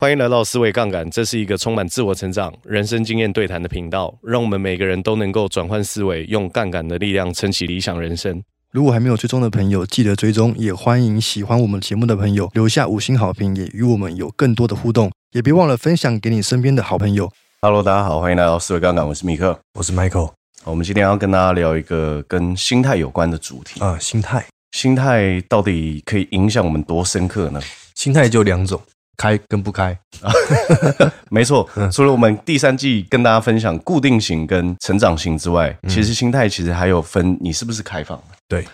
欢迎来到思维杠杆，这是一个充满自我成长、人生经验对谈的频道，让我们每个人都能够转换思维，用杠杆的力量撑起理想人生。如果还没有追踪的朋友，记得追踪，也欢迎喜欢我们节目的朋友留下五星好评，也与我们有更多的互动，也别忘了分享给你身边的好朋友。 Hello，大家好，欢迎来到思维杠杆，我是米克。我是 Michael 我们今天要跟大家聊一个跟心态有关的主题。啊、心态，心态到底可以影响我们多深刻呢？心态就两种，开跟不开。没错，嗯除了我们第三季跟大家分享固定型跟成长型之外，其实心态其实还有分你是不是开放的。嗯对，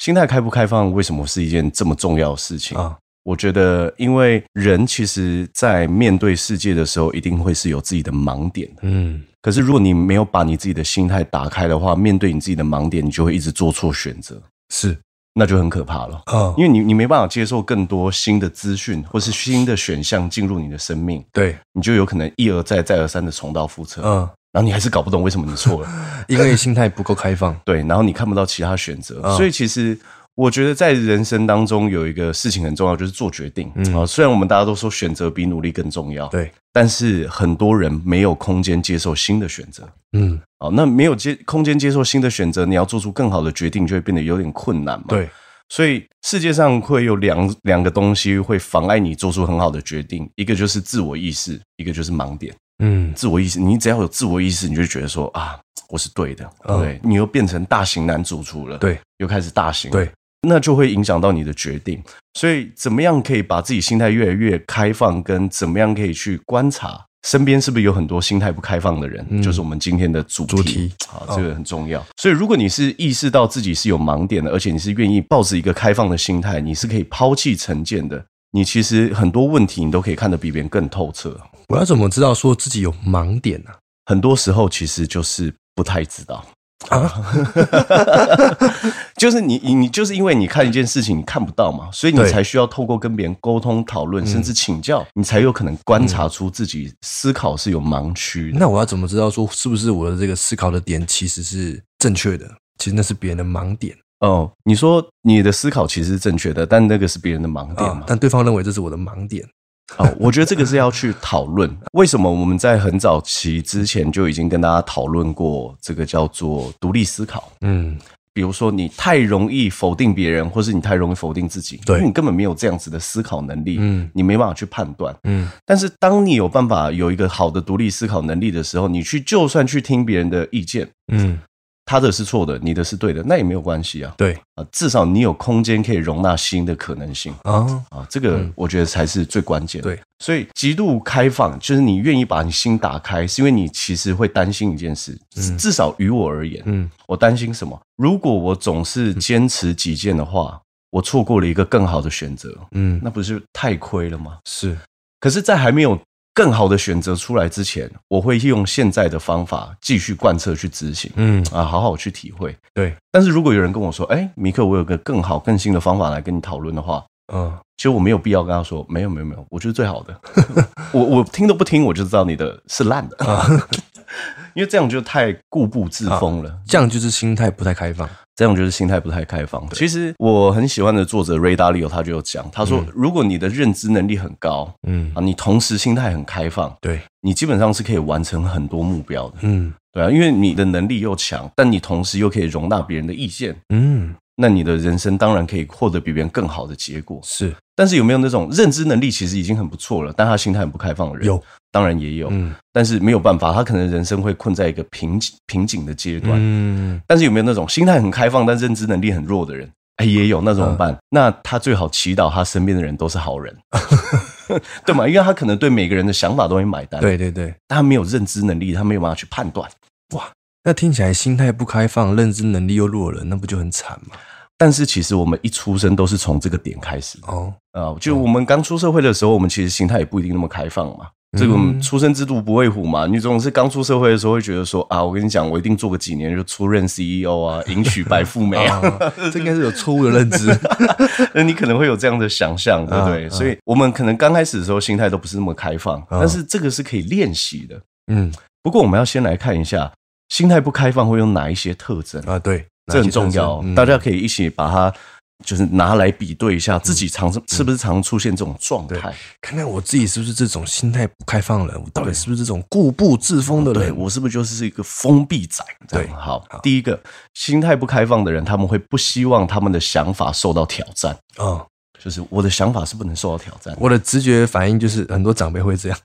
心态开不开放，为什么是一件这么重要的事情啊我觉得，因为人其实，在面对世界的时候，一定会是有自己的盲点的。嗯，可是，如果你没有把你自己的心态打开的话，面对你自己的盲点，你就会一直做错选择，是那就很可怕了。啊因为你你没办法接受更多新的资讯或是新的选项进入你的生命，对，你就有可能一而再再而三的重蹈覆辙，嗯，然后你还是搞不懂为什么你 错了。因为心态不够开放。对，然后你看不到其他选择，嗯所以其实我觉得在人生当中有一个事情很重要，就是做决定。嗯啊，虽然我们大家都说选择比努力更重 要，对，但是很多人没有空间接受新的选择。嗯，啊，那没有接空间接受新的选择，你要做出更好的决定，就会变得有点困难嘛。，对，所以世界上会有两两个东西会妨碍你做出很好的决定，一个就是自我意识，一个就是盲点。嗯，自我意识，你只要有自我意识，你就觉得说啊，我是对的，嗯对，你又变成大型男主厨了，对，又开始大型，对，那就会影响到你的决定。所以，怎么样可以把自己心态越来越开放，跟怎么样可以去观察身边是不是有很多心态不开放的人，嗯就是我们今天的主题。主题哦好，这个很重要。所以，如果你是意识到自己是有盲点的，而且你是愿意抱着一个开放的心态，你是可以抛弃成见的。你其实很多问题你都可以看得比别人更透彻。我要怎么知道说自己有盲点啊呢、很多时候其实就是不太知道。啊？ 就是你，你你就是因为你看一件事情，你看不到嘛，所以你对嗯才需要透过跟别人沟通、讨论，甚至请教，你才有可能观察出自己思考是有盲区的。那我要怎么知道说是不是我的这个思考的点其实是正确的？其实那是别人的盲点哦，你说你的思考其实是正确的，但那个是别人的盲点啊嘛，？但对方认为这是我的盲点。好，我觉得这个是要去讨论。 为什么我们在很早期之前就已经跟大家讨论过这个叫做独立思考？嗯，比如说你太容易否定别人，或是你太容易否定自己，对因为你根本没有这样子的思考能力，嗯你没办法去判断。嗯，但是当你有办法有一个好的独立思考能力的时候，你去就算去听别人的意见，嗯，他的是错的，你的是对的，那也没有关系啊。对啊，至少你有空间可以容纳新的可能性啊，啊，这个嗯我觉得才是最关键的。对，所以极度开放，就是你愿意把你心打开，是因为你其实会担心一件事，嗯至少于我而言，嗯我担心什么？如果我总是坚持己见的话，我错过了一个更好的选择，嗯，那不是太亏了吗？是可是，在还没有更好的选择出来之前，我会用现在的方法继续贯彻去执行嗯，啊，好好去体会。对，但是如果有人跟我说：“哎、米克，我有个更好、更新的方法来跟你讨论的话”，嗯，其实我没有必要跟他说：“没有，没有，没有，我就是最好的。我”我听都不听，我就知道你的是烂的， 因为这样就太固步自封了。这样就是心态不太开放。这样就是心态不太开放。其实我很喜欢的作者 Ray Dalio 他就有讲，他说、如果你的认知能力很高嗯啊，，你同时心态很开放，对，你基本上是可以完成很多目标的。嗯对啊，因为你的能力又强，但你同时又可以容纳别人的意见，嗯，那你的人生当然可以获得比别人更好的结果。是但是有没有那种认知能力其实已经很不错了，但他心态很不开放的人？有，当然也有，嗯但是没有办法，他可能人生会困在一个瓶颈瓶颈的阶段。嗯，但是有没有那种心态很开放但认知能力很弱的人？哎，嗯也有那怎么办？那他最好祈祷他身边的人都是好 人，对吗？因为他可能对每个人的想法都会买单，，对对对。但他没有认知能力，他没有办法去判断。那听起来心态不开放，认知能力又弱了，那不就很惨吗？但是其实我们一出生都是从这个点开始的哦，啊、就我们刚出社会的时候，我们其实心态也不一定那么开放嘛。这个我们嗯出生之犊不畏虎嘛，你总是刚出社会的时候会觉得说啊，我跟你讲，我一定做个几年就出任 CEO 啊，迎娶白富美啊， 啊， 这应该是有错误的认 知。那你可能会有这样的想象，对不对？嗯嗯所以我们可能刚开始的时候心态都不是那么开放，嗯但是这个是可以练习的。嗯不过我们要先来看一下心态不开放会有哪一些特征，啊，对，这很重要哦，嗯大家可以一起把它就是拿来比对一下自己常是是不是常出现这种状态。看看我自己是不是这种心态不开放的人，我到底是不是这种固步自封的对哦人？我是不是就是一个封闭仔？这样对好。第一个，心态不开放的人，他们会不希望他们的想法受到挑战，哦嗯，就是我的想法是不能受到挑战的。我的直觉反应就是很多长辈会这样，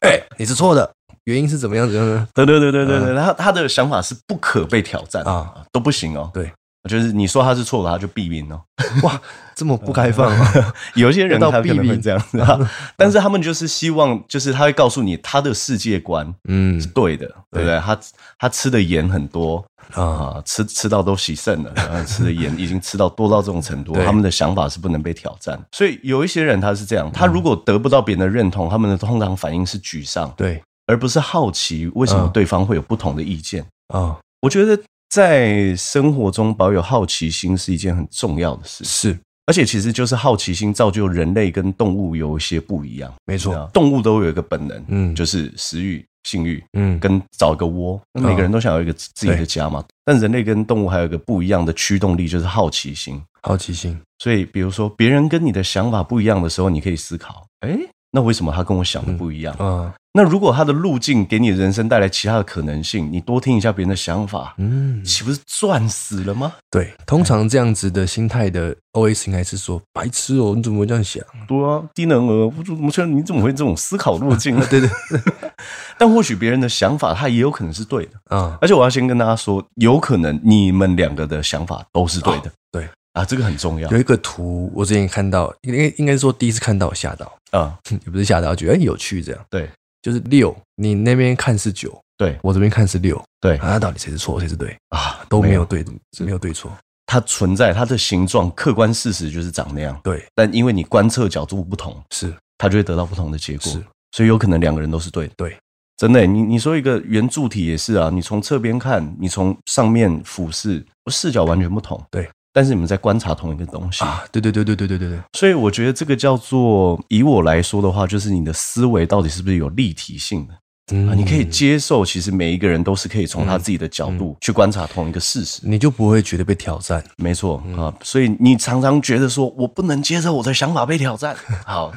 哎，你是错的，原因是怎么样怎么样呢？对对对对对对，他他的想法是不可被挑战啊嗯啊，都不行哦。对，就是你说他是错的，他就避 孕哦。哇，这么不开放啊！有一些人到他可能避会孕这样子、啊， 但是他们就是希望，就是他会告诉你他的世界观嗯是对的，对不对？他他吃的盐很多啊，啊，吃吃到都洗肾了， 然后吃的盐已经吃到多到这种程度，对他们的想法是不能被挑战。所以有一些人他是这样，他如果得不到别人的认同，他们的通常反应是沮丧，对而不是好奇为什么嗯对方会有不同的意见。啊，我觉得在生活中保有好奇心是一件很重要的事，是而且其实就是好奇心造就人类跟动物有一些不一样。没错，动物都有一个本能，嗯，就是食欲、性欲嗯跟找一个窝。那每个人都想要一个自自己的家嘛，但人类跟动物还有一个不一样的驱动力，就是好奇心。好奇心，所以，比如说别人跟你的想法不一样的时候，你可以思考：哎，那为什么他跟我想的不一样？啊，那如果他的路径给你人生带来其他的可能性，你多听一下别人的想法，嗯，岂不是赚死了吗？对，通常这样子的心态的 OS 应该是说：“白痴哦，你怎么会这样想对啊，低能儿，不怎么觉得你怎么会这种思考路 径呢？对对，但或许别人的想法，他也有可能是对的。啊而且我要先跟大家说，有可能你们两个的想法都是对的。对啊，这个很重要？”有一个图，我之前看到，应该应该说第一次看到吓到， 啊。也不是吓到，觉得哎有趣这样。对，就是六，你那边看是九，对我这边看是六，对啊，那到底谁是错，谁是对？啊，都没没有有对，没有对错。它存在，它的形状客观事实就是长那样，对，但因为你观测角度不同，是它就会得到不同的结果是。所以有可能两个人都是对的。对，真的欸、你你说一个圆柱体也是啊，你从侧边看，你从上面俯视，视角完全不同。对，但是你们在观察同一个东西，啊，对对对对对对对对，所以我觉得这个叫做，以我来说的话，就是你的思维到底是不是有立体性的、啊？嗯嗯你可以，接受，其实每一个人都是可以从他自己的角度去观察同一个事实。你就不会觉得被挑战。没错嗯啊，所以你常常觉得说我不能接受我的想法被挑 战，好，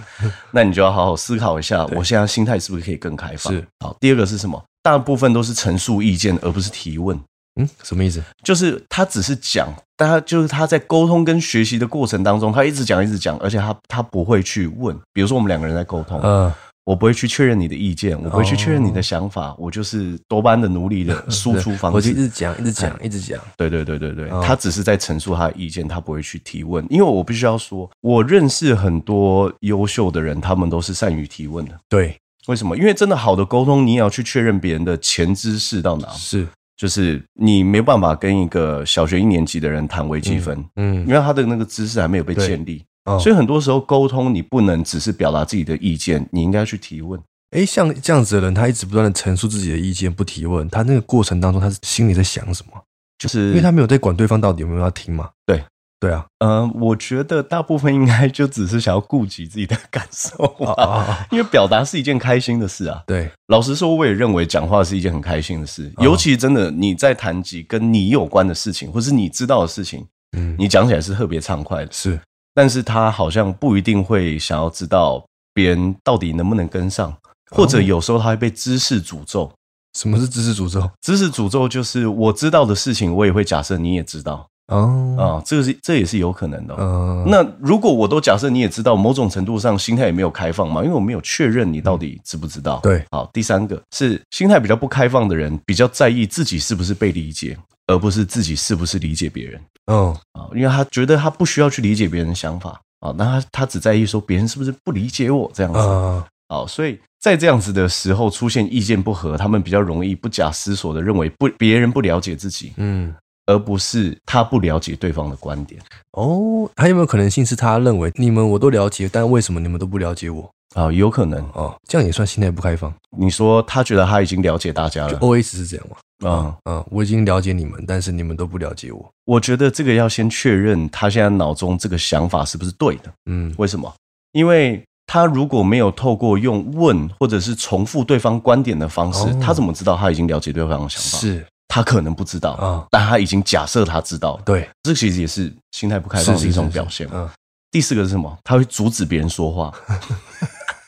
那你就要好好思考一下，我现在心态是不是可以更开放？是好，第二个是什么？大部分都是陈述意见，而不是提问。嗯，什么意思？就是他只是讲，但他就是他在沟通跟学习的过程当中，他一直讲一直讲，而且他他不会去问。比如说我们两个人在沟通，嗯，我不会去确认你的意见，我不会去确认你的想法，我就是多巴胺的奴隶的 输出哦我方就一式。哎直讲，一直讲，一直讲。对对对对对，哦他只是在陈述他的意见，他不会去提问。因为我必须要说，我认识很多优秀的人，他们都是善于提问的。对，为什么？因为真的好的沟通，你也要去确认别人的前知识到哪。是，就是你没办法跟一个小学一年级的人谈微积分，嗯因，为他的那个知识还没有被建立，哦所以很多时候沟通你不能只是表达自己的意见，你应该去提问。哎，像这样子的人，他一直不断的陈述自己的意见，不提问，他那个过程当中，他是心里在想什么？就是因为他没有在管对方到底有没有要听嘛。对，对啊，呃，我觉得大部分应该就只是想要顾及自己的感受啊吧，啊，啊因为表达是一件开心的事啊。对，老实说，我也认为讲话是一件很开心的事，哦尤其真的你在谈及跟你有关的事情，或是你知道的事情，嗯，你讲起来是特别畅快的。是但是他好像不一定会想要知道别人到底能不能跟上，或哦者有时候他会被知识诅咒。什么是知识诅咒？知识诅咒就是我知道的事情，我也会假设你也知道哦，啊，这个是这也是有可能的哦。嗯，那如果我都假设你也知道，某种程度上心态也没有开放嘛，因为我没有确认你到底知不知道。对，好，第三个是心态比较不开放的人，比较在意自己是不是被理解，而不是自己是不是理解别人。嗯，啊，因为他觉得他不需要去理解别人的想法啊，那他他只在意说别人是不是不理解我这样子啊、啊，好所以在这样子的时候出现意见不合，他们比较容易不假思索的认为不别人不了解自己，嗯，而不是他不了解对方的观点哦，还有没有可能性是他认为你们我都了解，但为什么你们都不了解我？啊，有可能哦，这样也算心态不开放。你说他觉得他已经了解大家就了 OS 是这样嘛？啊、嗯，我已经了解你们，但是你们都不了解我。我觉得这个要先确认他现在脑中这个想法是不是对的，嗯，为什么？因为他如果没有透过用问或者是重复对方观点的方式，哦他怎么知道他已经了解对方的想法？是他可能不知道，啊，但他已经假设他知道了。对，这其实也是心态不开放是的是一种表现。嗯，第四个是什么？他会阻止别人说话。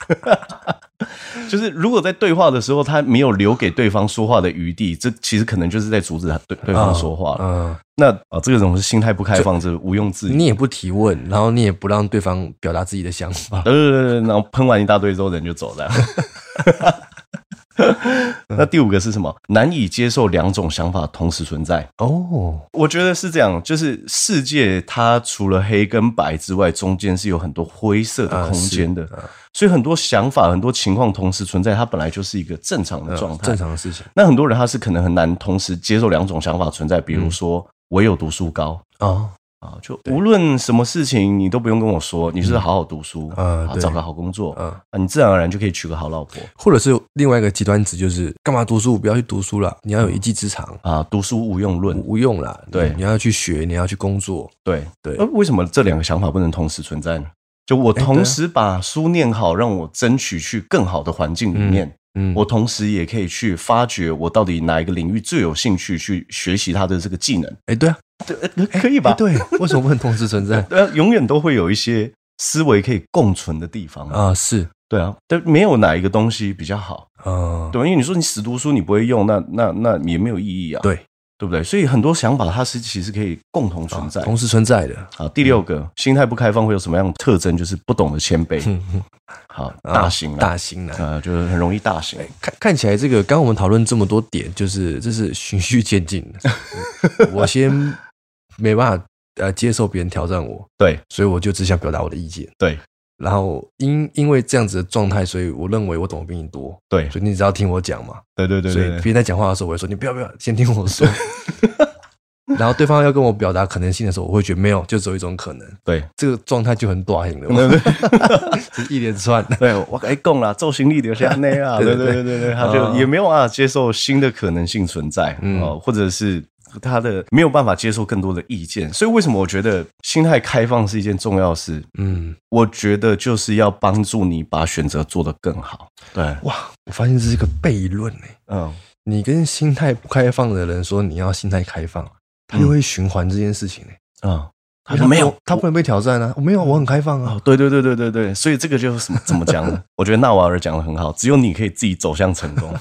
就是如果在对话的时候，他没有留给对方说话的余地，这其实可能就是在阻止他对对方说话了。嗯，那啊，这种是心态不开放，这毋庸置疑。你也不提问，然后你也不让对方表达自己的想法，对对对，对然后喷完一大堆之后，人就走了。那第五个是什么？难以接受两种想法同时存在。哦，我觉得是这样，就是世界它除了黑跟白之外，中间是有很多灰色的空间的，啊所以很多想法、很多情况同时存在，它本来就是一个正常的嗯状态。正常的事情那很多人他是可能很难同时接受两种想法存在，比如说、我有读书高。哦，啊，就无论什么事情，你都不用跟我说，你是好好读书，嗯啊，对找个好工作，嗯啊，你自然而然就可以娶个好老婆或者是另外一个极端值，就是干嘛读书？不要去读书了，你要有一技之长，啊。读书无用论，无用啦。对你要去学，你要去工作。对对呃为什么这两个想法不能同时存在呢？就我哦对啊同时把书念好，让我争取去更好的环境里面，嗯，我同时也可以去发掘我到底哪一个领域最有兴趣，去学习它的这个技能，哎，对啊，对，呃可以吧？哎对，为什么不能同时存在呃，永远都会有一些思维可以共存的地方啊。 啊？是对啊，但没有哪一个东西比较好，啊，对吧，因为你说你死读书你不会用，那那那也没有意义啊，对对不对？所以很多想法它是其实可以共同存啊在。同时存在的。好，第六个，心态不开放会有什么样的特征？就是不懂得谦卑。哼哼好，啊大哎型嗯啊，大型男，呃，就是很容易大型。看看起来这个，刚刚我们讨论这么多点，就是这是循序渐进的。 我先没办法呃接受别人挑战我，对所以我就只想表达我的意见。对然后因因为这样子的状态，所以我认为我懂得比你多，对所以你只要听我讲嘛。对对对所以对别人在讲话的时候，我会说你不要不要，先听我 说。然后对方要跟我表达可能性的时候，我会觉得没有，就只有一种可能。对这个状态就很短型了嘛， 对是一连串。 对，我哎供啦，周行李留下那 啊，对对对对对对对，他啊就也没有办法接受新的可能性存在，嗯哦，或者是。他的没有办法接受更多的意见，所以为什么我觉得心态开放是一件重要的事？嗯，我觉得就是要帮助你把选择做得更好。对，哇，我发现这是一个悖论哎、嗯，你跟心态不开放的人说你要心态开放，啊他就会循环这件事情、欸啊，他因为说没有不，他不能被挑战啊！我没有，我很开放啊哦！，对对对对对对，所以这个就是什么怎么讲 呢？我觉得纳瓦尔讲的很好，只有你可以自己走向成功。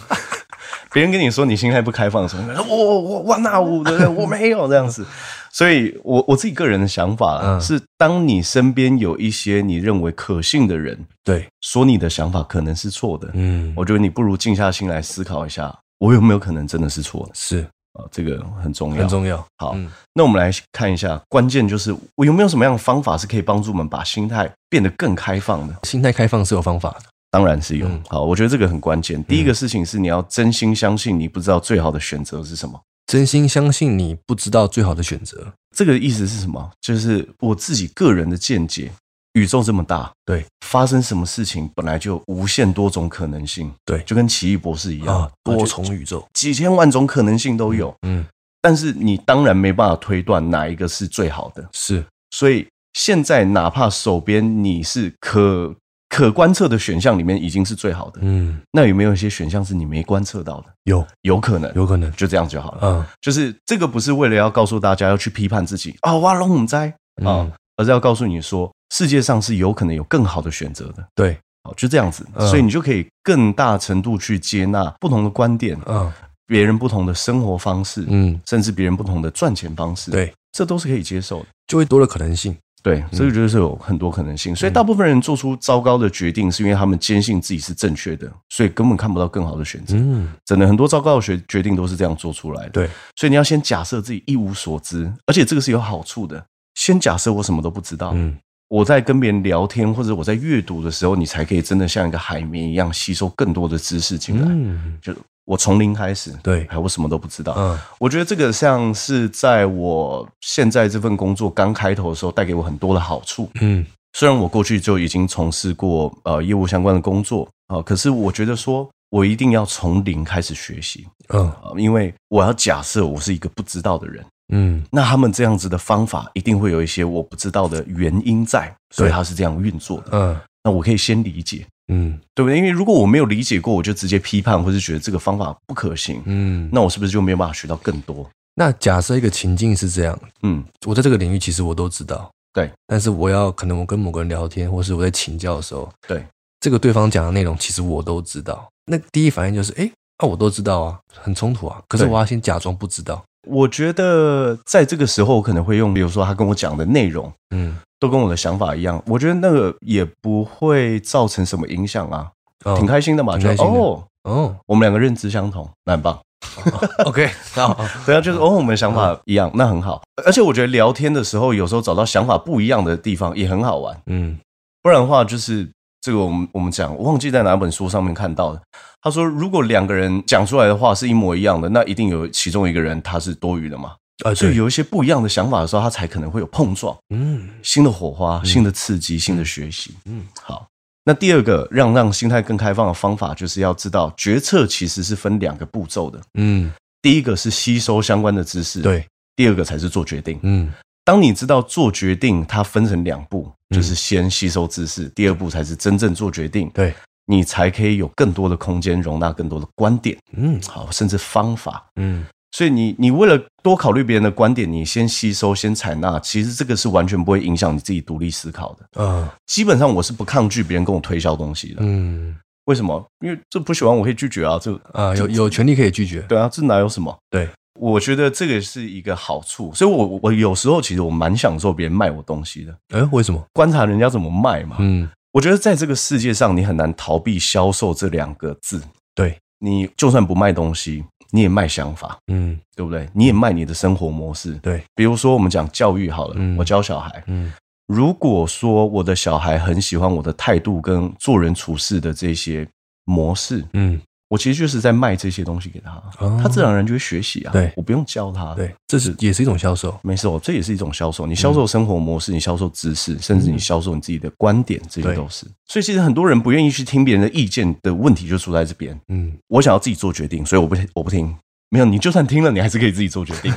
别人跟你说你心态不开放的时候，你说我我我我纳吾对不对？我没有这样子。所以我我自己个人的想法啦嗯是，当你身边有一些你认为可信的人对，说你的想法可能是错的，嗯，我觉得你不如静下心来思考一下，我有没有可能真的是错的？是啊，这个很重要，嗯很重要。好，嗯那我们来看一下，关键就是我有没有什么样的方法是可以帮助我们把心态变得更开放的？心态开放是有方法的，当然是有。嗯好，我觉得这个很关键。第一个事情是你要真心相信你不知道最好的选择是什么。真心相信你不知道最好的选择。这个意思是什么？就是我自己个人的见解。宇宙这么大，对，发生什么事情本来就无限多种可能性，对就跟奇异博士一样，啊，就多重宇宙，几千万种可能性都有。嗯，但是你当然没办法推断哪一个是最好的，是所以现在哪怕手边你是可可观测的选项里面已经是最好的，嗯，那有没有一些选项是你没观测到的？有有可能，有可能，就这样就好了。嗯就是这个不是为了要告诉大家要去批判自己啊，哇龙母灾啊嗯，而是要告诉你说世界上是有可能有更好的选择的。对，好，就这样子，嗯所以你就可以更大程度去接纳不同的观点，嗯别人不同的生活方式，嗯，甚至别人不同的赚钱方式，，对，嗯这都是可以接受的。就会多了可能性。对，这个就是有很多可能嗯性，所以大部分人做出糟糕的决定，是因为他们坚信自己是正确的，所以根本看不到更好的选择。嗯，真的，很多糟糕的决决定都是这样做出来的。对，所以你要先假设自己一无所知，而且这个是有好处的。先假设我什么都不知道，嗯我在跟别人聊天或者我在阅读的时候，你才可以真的像一个海绵一样吸收更多的知识进来。嗯，就我从零开始，对，哎，我什么都不知道。嗯我觉得这个像是在我现在这份工作刚开头的时候，带给我很多的好处。嗯虽然我过去就已经从事过呃业务相关的工作啊、呃可是我觉得说我一定要从零开始学习嗯啊、呃因为我要假设我是一个不知道的人，嗯，那他们这样子的方法一定会有一些我不知道的原因在，所以对他是这样运作的。嗯那我可以先理解，嗯对不对？因为如果我没有理解过，我就直接批判，或是觉得这个方法不可行，嗯。那我是不是就没有办法学到更多？那假设一个情境是这样，嗯，我在这个领域其实我都知道，对。但是我要可能我跟某个人聊天，或是我在请教的时候，对这个对方讲的内容，其实我都知道。那第一反应就是，哎，啊，我都知道啊，很冲突啊。可是对我要先假装不知道。我觉得在这个时候，我可能会用，比如说他跟我讲的内容嗯，都跟我的想法一样，我觉得那个也不会造成什么影响啊，哦挺开心的嘛，挺就开心的哦，哦。我们两个认知相同，那很棒。 OK，好，对啊，嗯就是哦，我们想法一样，那很好。而且我觉得聊天的时候，有时候找到想法不一样的地方也很好玩。嗯不然的话，就是这个我们我们讲，我忘记在哪本书上面看到的。他说，如果两个人讲出来的话是一模一样的，那一定有其中一个人他是多余的嘛。啊，所对以有一些不一样的想法的时候，他才可能会有碰撞，嗯新的火花、新的刺激、新的学习。嗯好，那第二个让让心态更开放的方法，就是要知道决策其实是分两个步骤的。嗯，第一个是吸收相关的知识，；对，第二个才是做决定。嗯当你知道做决定，它分成两步，嗯就是先吸收知识，第二步才是真正做决定，对，你才可以有更多的空间容纳更多的观点，嗯好，甚至方法。嗯所以你你为了多考虑别人的观点，你先吸收，先采纳，其实这个是完全不会影响你自己独立思考的。啊基本上我是不抗拒别人跟我推销东西的，嗯为什么？因为这不喜欢我可以拒绝啊，这啊，有有权利可以拒绝。对啊，这哪有什么？对，我觉得这个是一个好处，所以我我我有时候其实我蛮享受别人卖我东西的，哎，为什么？观察人家怎么卖嘛。嗯，我觉得在这个世界上，你很难逃避“销售”这两个字。对，你就算不卖东西，你也卖想法，嗯对不对？你也卖你的生活模式。对，比如说我们讲教育好了，嗯我教小孩，嗯如果说我的小孩很喜欢我的态度跟做人处事的这些模式，嗯，我其实就是在卖这些东西给他，哦他自然而然就会学习啊。对我不用教他。对，这是也是一种销售。没错，这也是一种销售。你销售生活模式，你销售知识，甚至你销售你自己的观点，这些嗯对都是。所以其实很多人不愿意去听别人的意见的问题就出在这边。嗯，我想要自己做决定，所以我不我不听。没有，你就算听了，你还是可以自己做决定，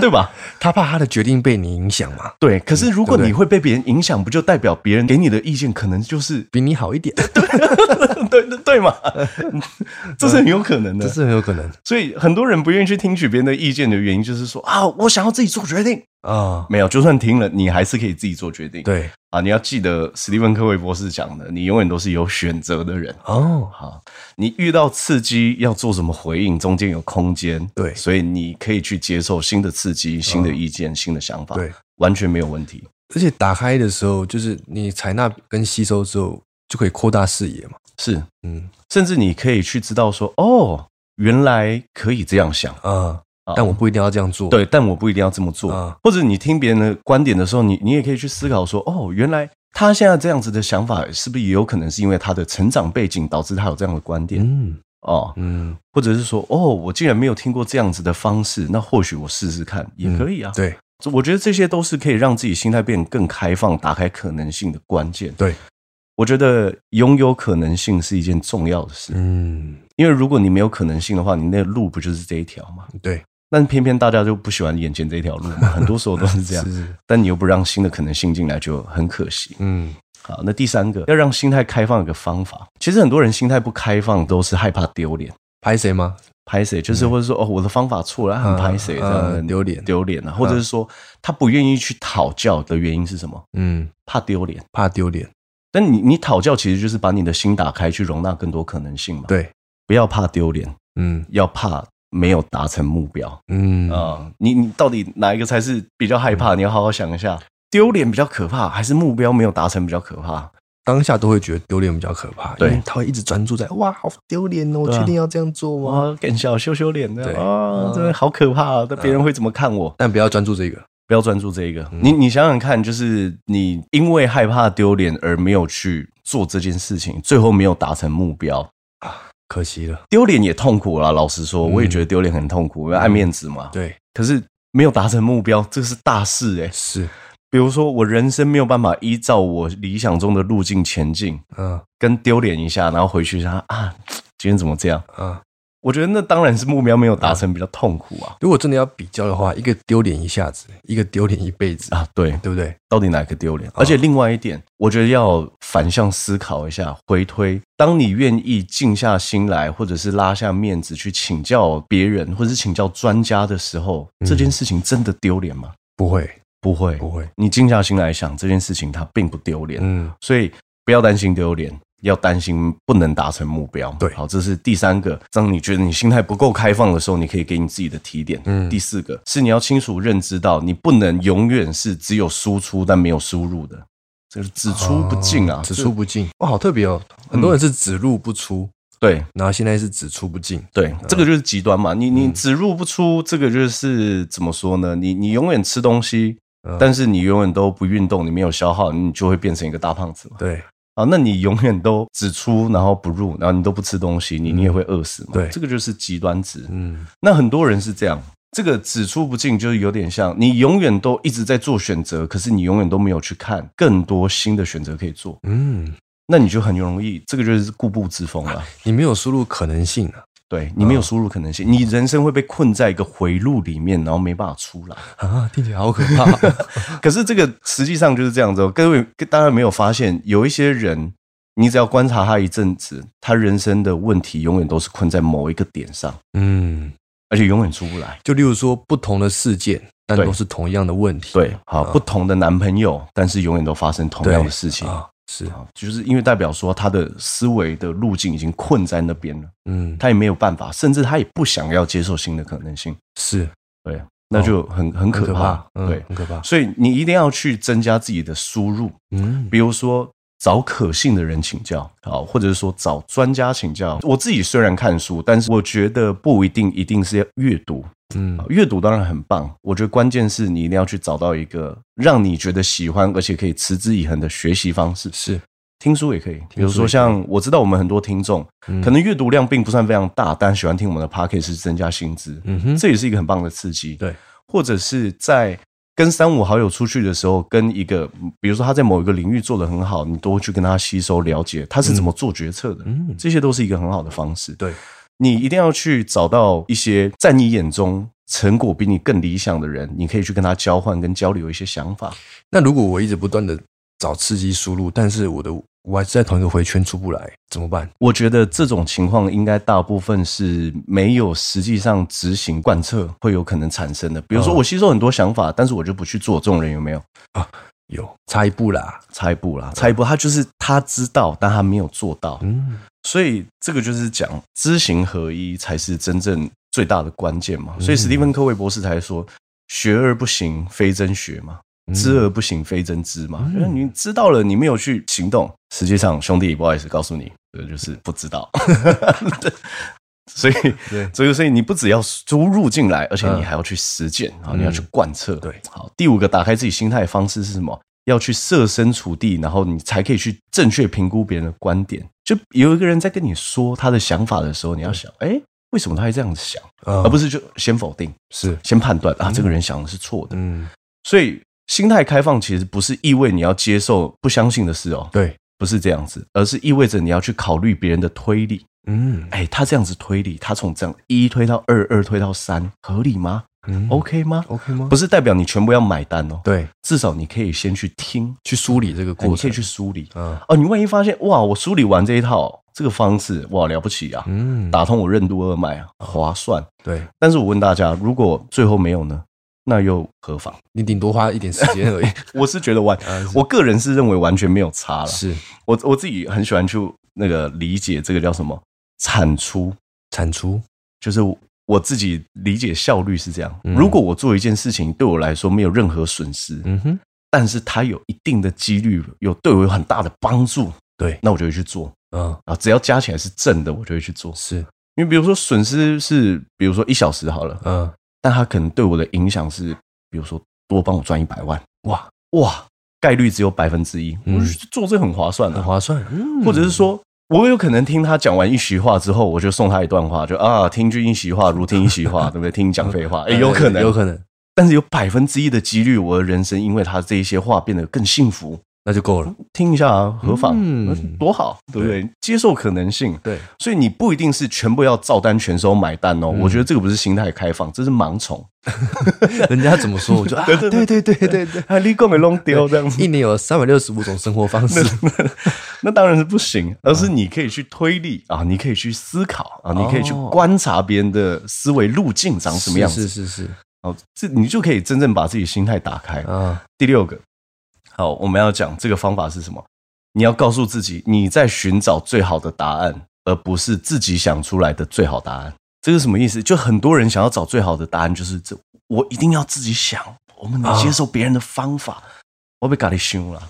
对吧？他怕他的决定被你影响嘛，对。可是如果 对不对你会被别人影响，不就代表别人给你的意见可能就是 比你好一点，对对对嘛？ 这是很有可能的这。是很有可能所以很多人不愿意去听取别人的意见的原因，就是说啊，我想要自己做决定。啊。没有，就算听了，你还是可以自己做决定。对，啊，你要记得史蒂芬·科维博士讲的，你永远都是有选择的人。哦，好，你遇到刺激要做什么回应，中间有空间，对嗯所以你可以去接受新的刺激、新的意见、新的想法，对，完全没有问题。而且打开的时候，就是你采纳跟吸收之后，就可以扩大视野嘛。是，嗯甚至你可以去知道说，哦，原来可以这样想，啊，啊但我不一定要这样做。对，但我不一定要这么做。啊或者你听别人的观点的时候，你你也可以去思考说，哦，原来他现在这样子的想法，是不是也有可能是因为他的成长背景导致他有这样的观点？嗯哦，嗯，或者是说，哦，我竟然没有听过这样子的方式，那或许我试试看也可以啊。嗯对这我觉得这些都是可以让自己心态变得更开放、打开可能性的关键。对，我觉得拥有可能性是一件重要的事，嗯因为如果你没有可能性的话，你那个路不就是这一条吗？对，但偏偏大家就不喜欢眼前这条路嘛，很多时候都是这样。 是但你又不让新的可能性进来，就很可惜。嗯好，那第三个要让心态开放有个方法，其实很多人心态不开放都是害怕丢脸，拍谁吗？拍谁嗯就是或者说、哦我的方法错了，很拍谁这啊样啊很丢脸丢脸啊，或者是说他不愿意去讨教的原因是什么？嗯，怕丢脸。怕丢脸。但你你讨教其实就是把你的心打开，去容纳更多可能性嘛。，对，不要怕丢脸，嗯要怕没有达成目标。嗯啊、你你到底哪一个才是比较害怕？你要好好想一下，丢脸比较可怕，还是目标没有达成比较可怕？当下都会觉得丢脸比较可怕，对因为他会一直专注在哇，好丢脸哦，我对啊确定要这样做吗？哇，更小羞羞脸的对啊，嗯真的好可怕啊！那别人会怎么看我？但不要专注这个，不要专注这一个，嗯你你想想看，就是你因为害怕丢脸而没有去做这件事情，最后没有达成目标，可惜了。丢脸也痛苦啦。老实说，嗯我也觉得丢脸很痛苦，因为爱面子嘛。对，可是没有达成目标，这是大事诶、是，比如说，我人生没有办法依照我理想中的路径前进，嗯跟丢脸一下，然后回去想啊，今天怎么这样？啊，我觉得那当然是目标没有达成比较痛苦啊如果真的要比较的话，一个丢脸一下子，一个丢脸一 辈子，啊，对，对不对？到底哪个丢啊脸？而且另外一点，我觉得要反向思考一下，回推。当你愿意静下心来，或者是拉下面子去请教别人，或者是请教专家的时候，嗯这件事情真的丢脸吗？不会，不会，不会。你静下心来想这件事情，它并不丢脸。嗯，所以不要担心丢脸，要担心不能达成目标。对好，这是第三个。当你觉得你心态不够开放的时候，你可以给你自己的提点。嗯第四个是你要清楚认知到，你不能永远是只有输出但没有输入的，这是只出不进啊，嗯哦只这出不进。哇，好特别哦！很多人是只入不出，对。然后现在是只出不进。对，这个就是极端嘛。嗯你你只入不出，这个就是怎么说呢？你你永远吃东西，嗯但是你永远都不运动，你没有消耗，你就会变成一个大胖子嘛。对，啊，那你永远都只出然后不入，然后你都不吃东西，你你也会饿死嘛？对这个就是极端值。嗯，那很多人是这样，这个只出不进，就是有点像你永远都一直在做选择，可是你永远都没有去看更多新的选择可以做，嗯，那你就很容易，这个就是固步自封了。你没有输入可能性啊对你没有输入可能性，你人生会被困在一个回路里面，然后没办法出来。啊！听起来好可怕。 可是这个实际上就是这样子、哦，各位当然没有发现，有一些人，你只要观察他一阵子，他人生的问题永远都是困在某一个点上，嗯，而且永远出不来。就例如说不同的事件，但对都是同样的问题。对，好，不同的男朋友，但是永远都发生同样的事情，啊，是，好就是因为代表说他的思维的路径已经困在那边了，嗯，他也没有办法，甚至他也不想要接受新的可能性，是对，那就很很很可怕，嗯对，很可怕。所以你一定要去增加自己的输入，嗯，比如说找可信的人请教，好，或者是说找专家请教。我自己虽然看书，但是我觉得不一定一定是要阅读，嗯啊，阅读当然很棒，我觉得关键是你一定要去找到一个让你觉得喜欢而且可以持之以恒的学习方式。是，听书也可以，比如书也可说以像我知道我们很多听众，嗯可能阅读量并不算非常大，但喜欢听我们的 p o c k e t 是增加薪资，嗯哼，这也是一个很棒的刺激。对，或者是在跟三五好友出去的时候，跟一个比如说他在某一个领域做得很好，你多去跟他吸收了解他是怎么做决策的，嗯这些都是一个很好的方式。对，你一定要去找到一些在你眼中成果比你更理想的人，你可以去跟他交换跟交流一些想法。那如果我一直不断的找刺激输入，但是我的我还是在同一个回圈出不来，怎么办？我觉得这种情况应该大部分是没有实际上执行贯彻会有可能产生的。比如说，嗯我吸收很多想法，但是我就不去做，这种人有没有？有差一步啦。差一步啦，差一步，他就是他知道，但他没有做到，嗯所以这个就是讲知行合一才是真正最大的关键嘛。所以史蒂芬·科维博士才说，学而不行，非真学嘛；知而不行，非真知嘛。嗯就是你知道了，你没有去行动，实际上兄弟，不好意思告诉你，这就是不知道。对所以对，所以，所以你不只要输入进来，而且嗯你还要去实践啊，嗯你要去贯彻。对好，第五个打开自己心态的方式是什么？要去设身处地，然后你才可以去正确评估别人的观点。就有一个人在跟你说他的想法的时候，你要想，嗯哎，为什么他会这样子想，而而啊不是就先否定、啊是，先判断啊，这个人想的是错的。嗯，所以，心态开放其实不是意味你要接受不相信的事哦，对，不是这样子，而是意味着你要去考虑别人的推理。嗯哎，他这样子推理，他从这样一推到二，二推到三，合理吗、嗯 o k 吗？ OK 吗？哦不是，是代表你全部要买单哦，对，至少你可以先去听，去梳理这个哎你过可以程，去梳理。嗯哦，你万一发现哇，我梳理完这一套这个方式，哇，了不起啊，嗯，打通我任督二脉啊，划算。对，但是我问大家，如果最后没有呢，那又何妨？你顶多花一点时间而 已。我是觉得完，啊是我个人是认为完全没有差了。是我我自己很喜欢去那个理解这个叫什么产出，产出，就是我自己理解效率是这样：嗯如果我做一件事情对我来说没有任何损失，嗯哼，但是它有一定的几率有对我有很大的帮助，对，那我就会去做嗯，啊。只要加起来是正的，我就会去做。是，因为比如说损失是，比如说一小时好了，嗯，但它可能对我的影响是，比如说多帮我赚一百万，哇，哇，概率只有百分之一，嗯我就去做这很划算的、啊很划算，嗯或者是说。我有可能听他讲完一席话之后，我就送他一段话，就啊，听君一席话，如听一席 话，对不对？听你讲废话，也有可能，哎有可能，但是有百分之一的几率，我的人生因为他这一些话变得更幸福，那就够了。听一下啊合法，嗯多好，对不对？接受可能性， 对，所以你不一定是全部要照单全收买单哦。我觉得这个不是心态开放，这是盲从。人家怎么说我就啊， 对对对对对，啊，你讲的弄 丢这样子，一年有三百六十五种生活方 式，那当然是不行，而是你可以去推理啊，你可以去思考啊，你可以去哦观察别人的思维路径长 什么样是子。是是是哦，这你就可以真正把自己心态打开。啊，第六个，好，我们要讲这个方法是什么？你要告诉自己，你在寻找最好的答案，而不是自己想出来的最好答案。这是什么意思？就很多人想要找最好的答案，就是这我一定要自己想，我们能啊接受别人的方法。我被咖喱凶了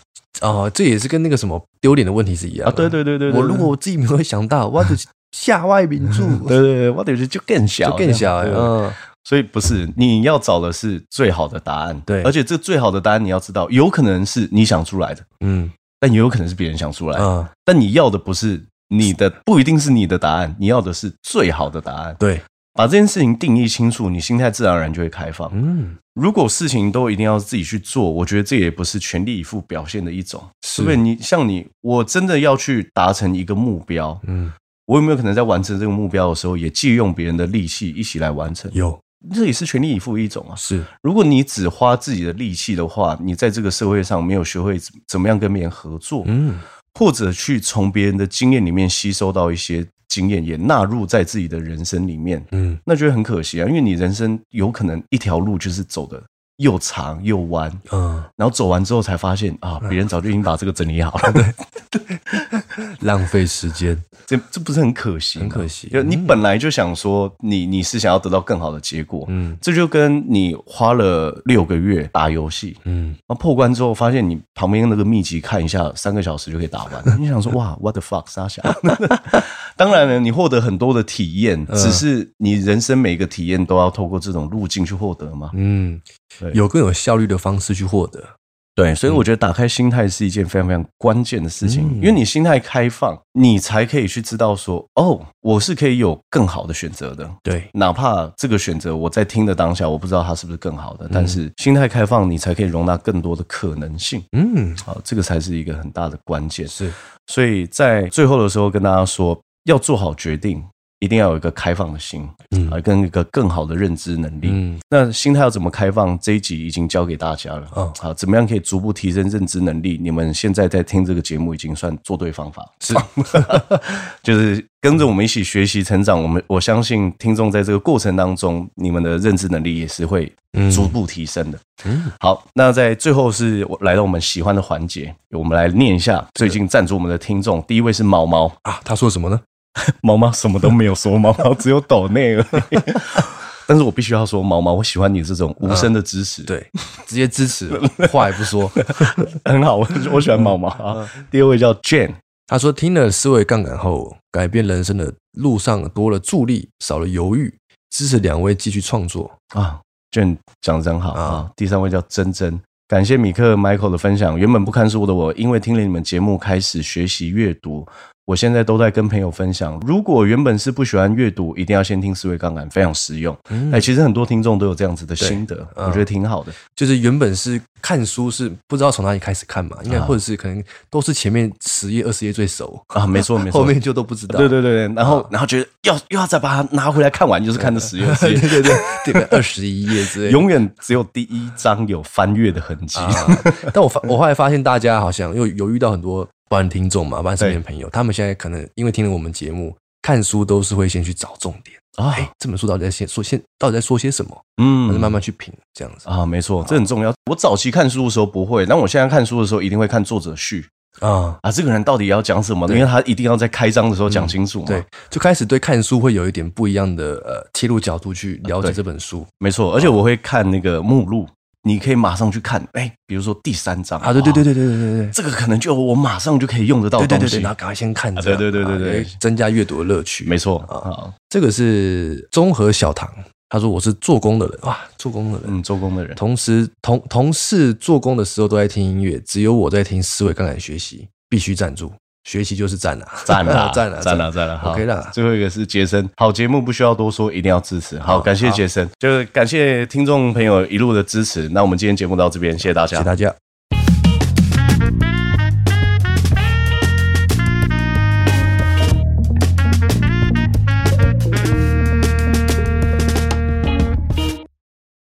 哦，这也是跟那个什么丢脸的问题是一样啊！的对对对对对，我如果我自己没有想到，我 就吓外民住，对对对，我等于就更小，就更小这欸。样对嗯，所以不是你要找的是最好的答案，对而且这最好的答案你要知道，有可能是你想出来的，嗯但也有可能是别人想出来的。啊，但你要的不是你的，不一定是你的答案，你要的是最好的答案。对，把这件事情定义清楚，你心态自然而然就会开放。嗯，如果事情都一定要自己去做，我觉得这也不是全力以赴表现的一种，是对不对？你像你，我真的要去达成一个目标，嗯，我有没有可能在完成这个目标的时候，也借用别人的力气一起来完成？有这也是全力以赴的一种啊。是如果你只花自己的力气的话，你在这个社会上没有学会怎怎么样跟别人合作，嗯或者去从别人的经验里面吸收到一些经验，也纳入在自己的人生里面，嗯那就会很可惜啊。因为你人生有可能一条路就是走的又长又弯，嗯，然后走完之后才发现啊，别人早就已经把这个整理好了，浪费时间，这这不是很可惜吗？很可惜嗯就你本来就想说你你是想要得到更好的结果，嗯这就跟你花了六个月打游戏，嗯，然后破关之后，发现你旁边那个秘籍看一下，三个小时就可以打完。你想说哇，what the fuck，傻小。 当然了，你获得很多的体验，嗯只是你人生每一个体验都要透过这种路径去获得嘛。嗯对，有更有效率的方式去获得。对，所以我觉得打开心态是一件非常非常关键的事情，嗯因为你心态开放，你才可以去知道说，哦，我是可以有更好的选择的。对，哪怕这个选择我在听的当下，我不知道它是不是更好的，但是心态开放，你才可以容纳更多的可能性。嗯，好，这个才是一个很大的关键。是所以在最后的时候跟大家说，要做好决定，一定要有一个开放的心，嗯啊，跟一个更好的认知能力。嗯那心态要怎么开放？这一集已经教给大家了。嗯好，怎么样可以逐步提升认知能力？你们现在在听这个节目，已经算做对方法，是 就是跟着我们一起学习成长。我们我相信听众在这个过程当中，你们的认知能力也是会嗯逐步提升的。嗯好，那在最后是我来到我们喜欢的环节，我们来念一下最近赞助我们的听众。第一位是毛毛，啊，他说什么呢？ 毛毛什么都没有说，毛毛只有抖内而已。 但是我必须要说，毛毛，我喜欢你这种无声的支持，，对，直接支持，话也不说。 很好，我我喜欢毛毛啊。第二位叫 Jane， 他说听了思维杠杆后，改变人生的路上多了助力，少了犹豫，支持两位继续创作。啊，Jane 讲得真好啊啊。第三位叫珍珍，感谢米克 Michael 的分享。原本不看书的我，因为听了你们节目，开始学习阅读。我现在都在跟朋友分享。如果原本是不喜欢阅读，一定要先听思维杠杆，非常实用。哎、嗯其实很多听众都有这样子的对心得，嗯我觉得挺好的。就是原本是看书是不知道从哪里开始看嘛，应该或者是可能都是前面十页二十页最熟啊没错没错 后面就都不知道。对对对，对然啊后、然后觉得要又要再把它拿回来看完，就是看这十页，十页 对对对，这个二十一页之类的。永远只有第一章有翻阅的痕迹。 但我发嗯我后来发现，大家好像又有遇到很多不然听众嘛，不然身边的朋友，他们现在可能因为听了我们节目，看书都是会先去找重点， 啊，这本书到底在先说先到底在说些什么，然后嗯哎就慢慢去品这样子啊，没错，这很重要。我早期看书的时候不会，但我现在看书的时候一定会看作者序啊。啊，这个人到底要讲什么？因对嗯为他一定要在开章的时候讲清楚嘛。对，，就开始对看书会有一点不一样的呃切入角度去了对解这本书没错，而且我会看那个目录，你可以马上去看。哎，比如说第三章啊，对对对，对对对对对哇，这个可能就我马上就可以用得到的对对东对西对，然。后赶快先看啊这样，对对对啊对对也增加阅读的乐趣。没错啊啊，这个是综合小唐，他说我是做工的人，哇，做工的人，嗯，周公的人同时同同事做工的时候都在听音乐，只有我在听思维杠杆学习，必须赞助，学习就是赞啊，赞了 赞啊，赞了，赞了，好 OK 啦最后一个是杰森，好节目不需要多说，一定要支持。好，好感谢好杰森，就是感谢听众朋友一路的支持。那我们今天节目到这边，谢谢大谢家谢。大家。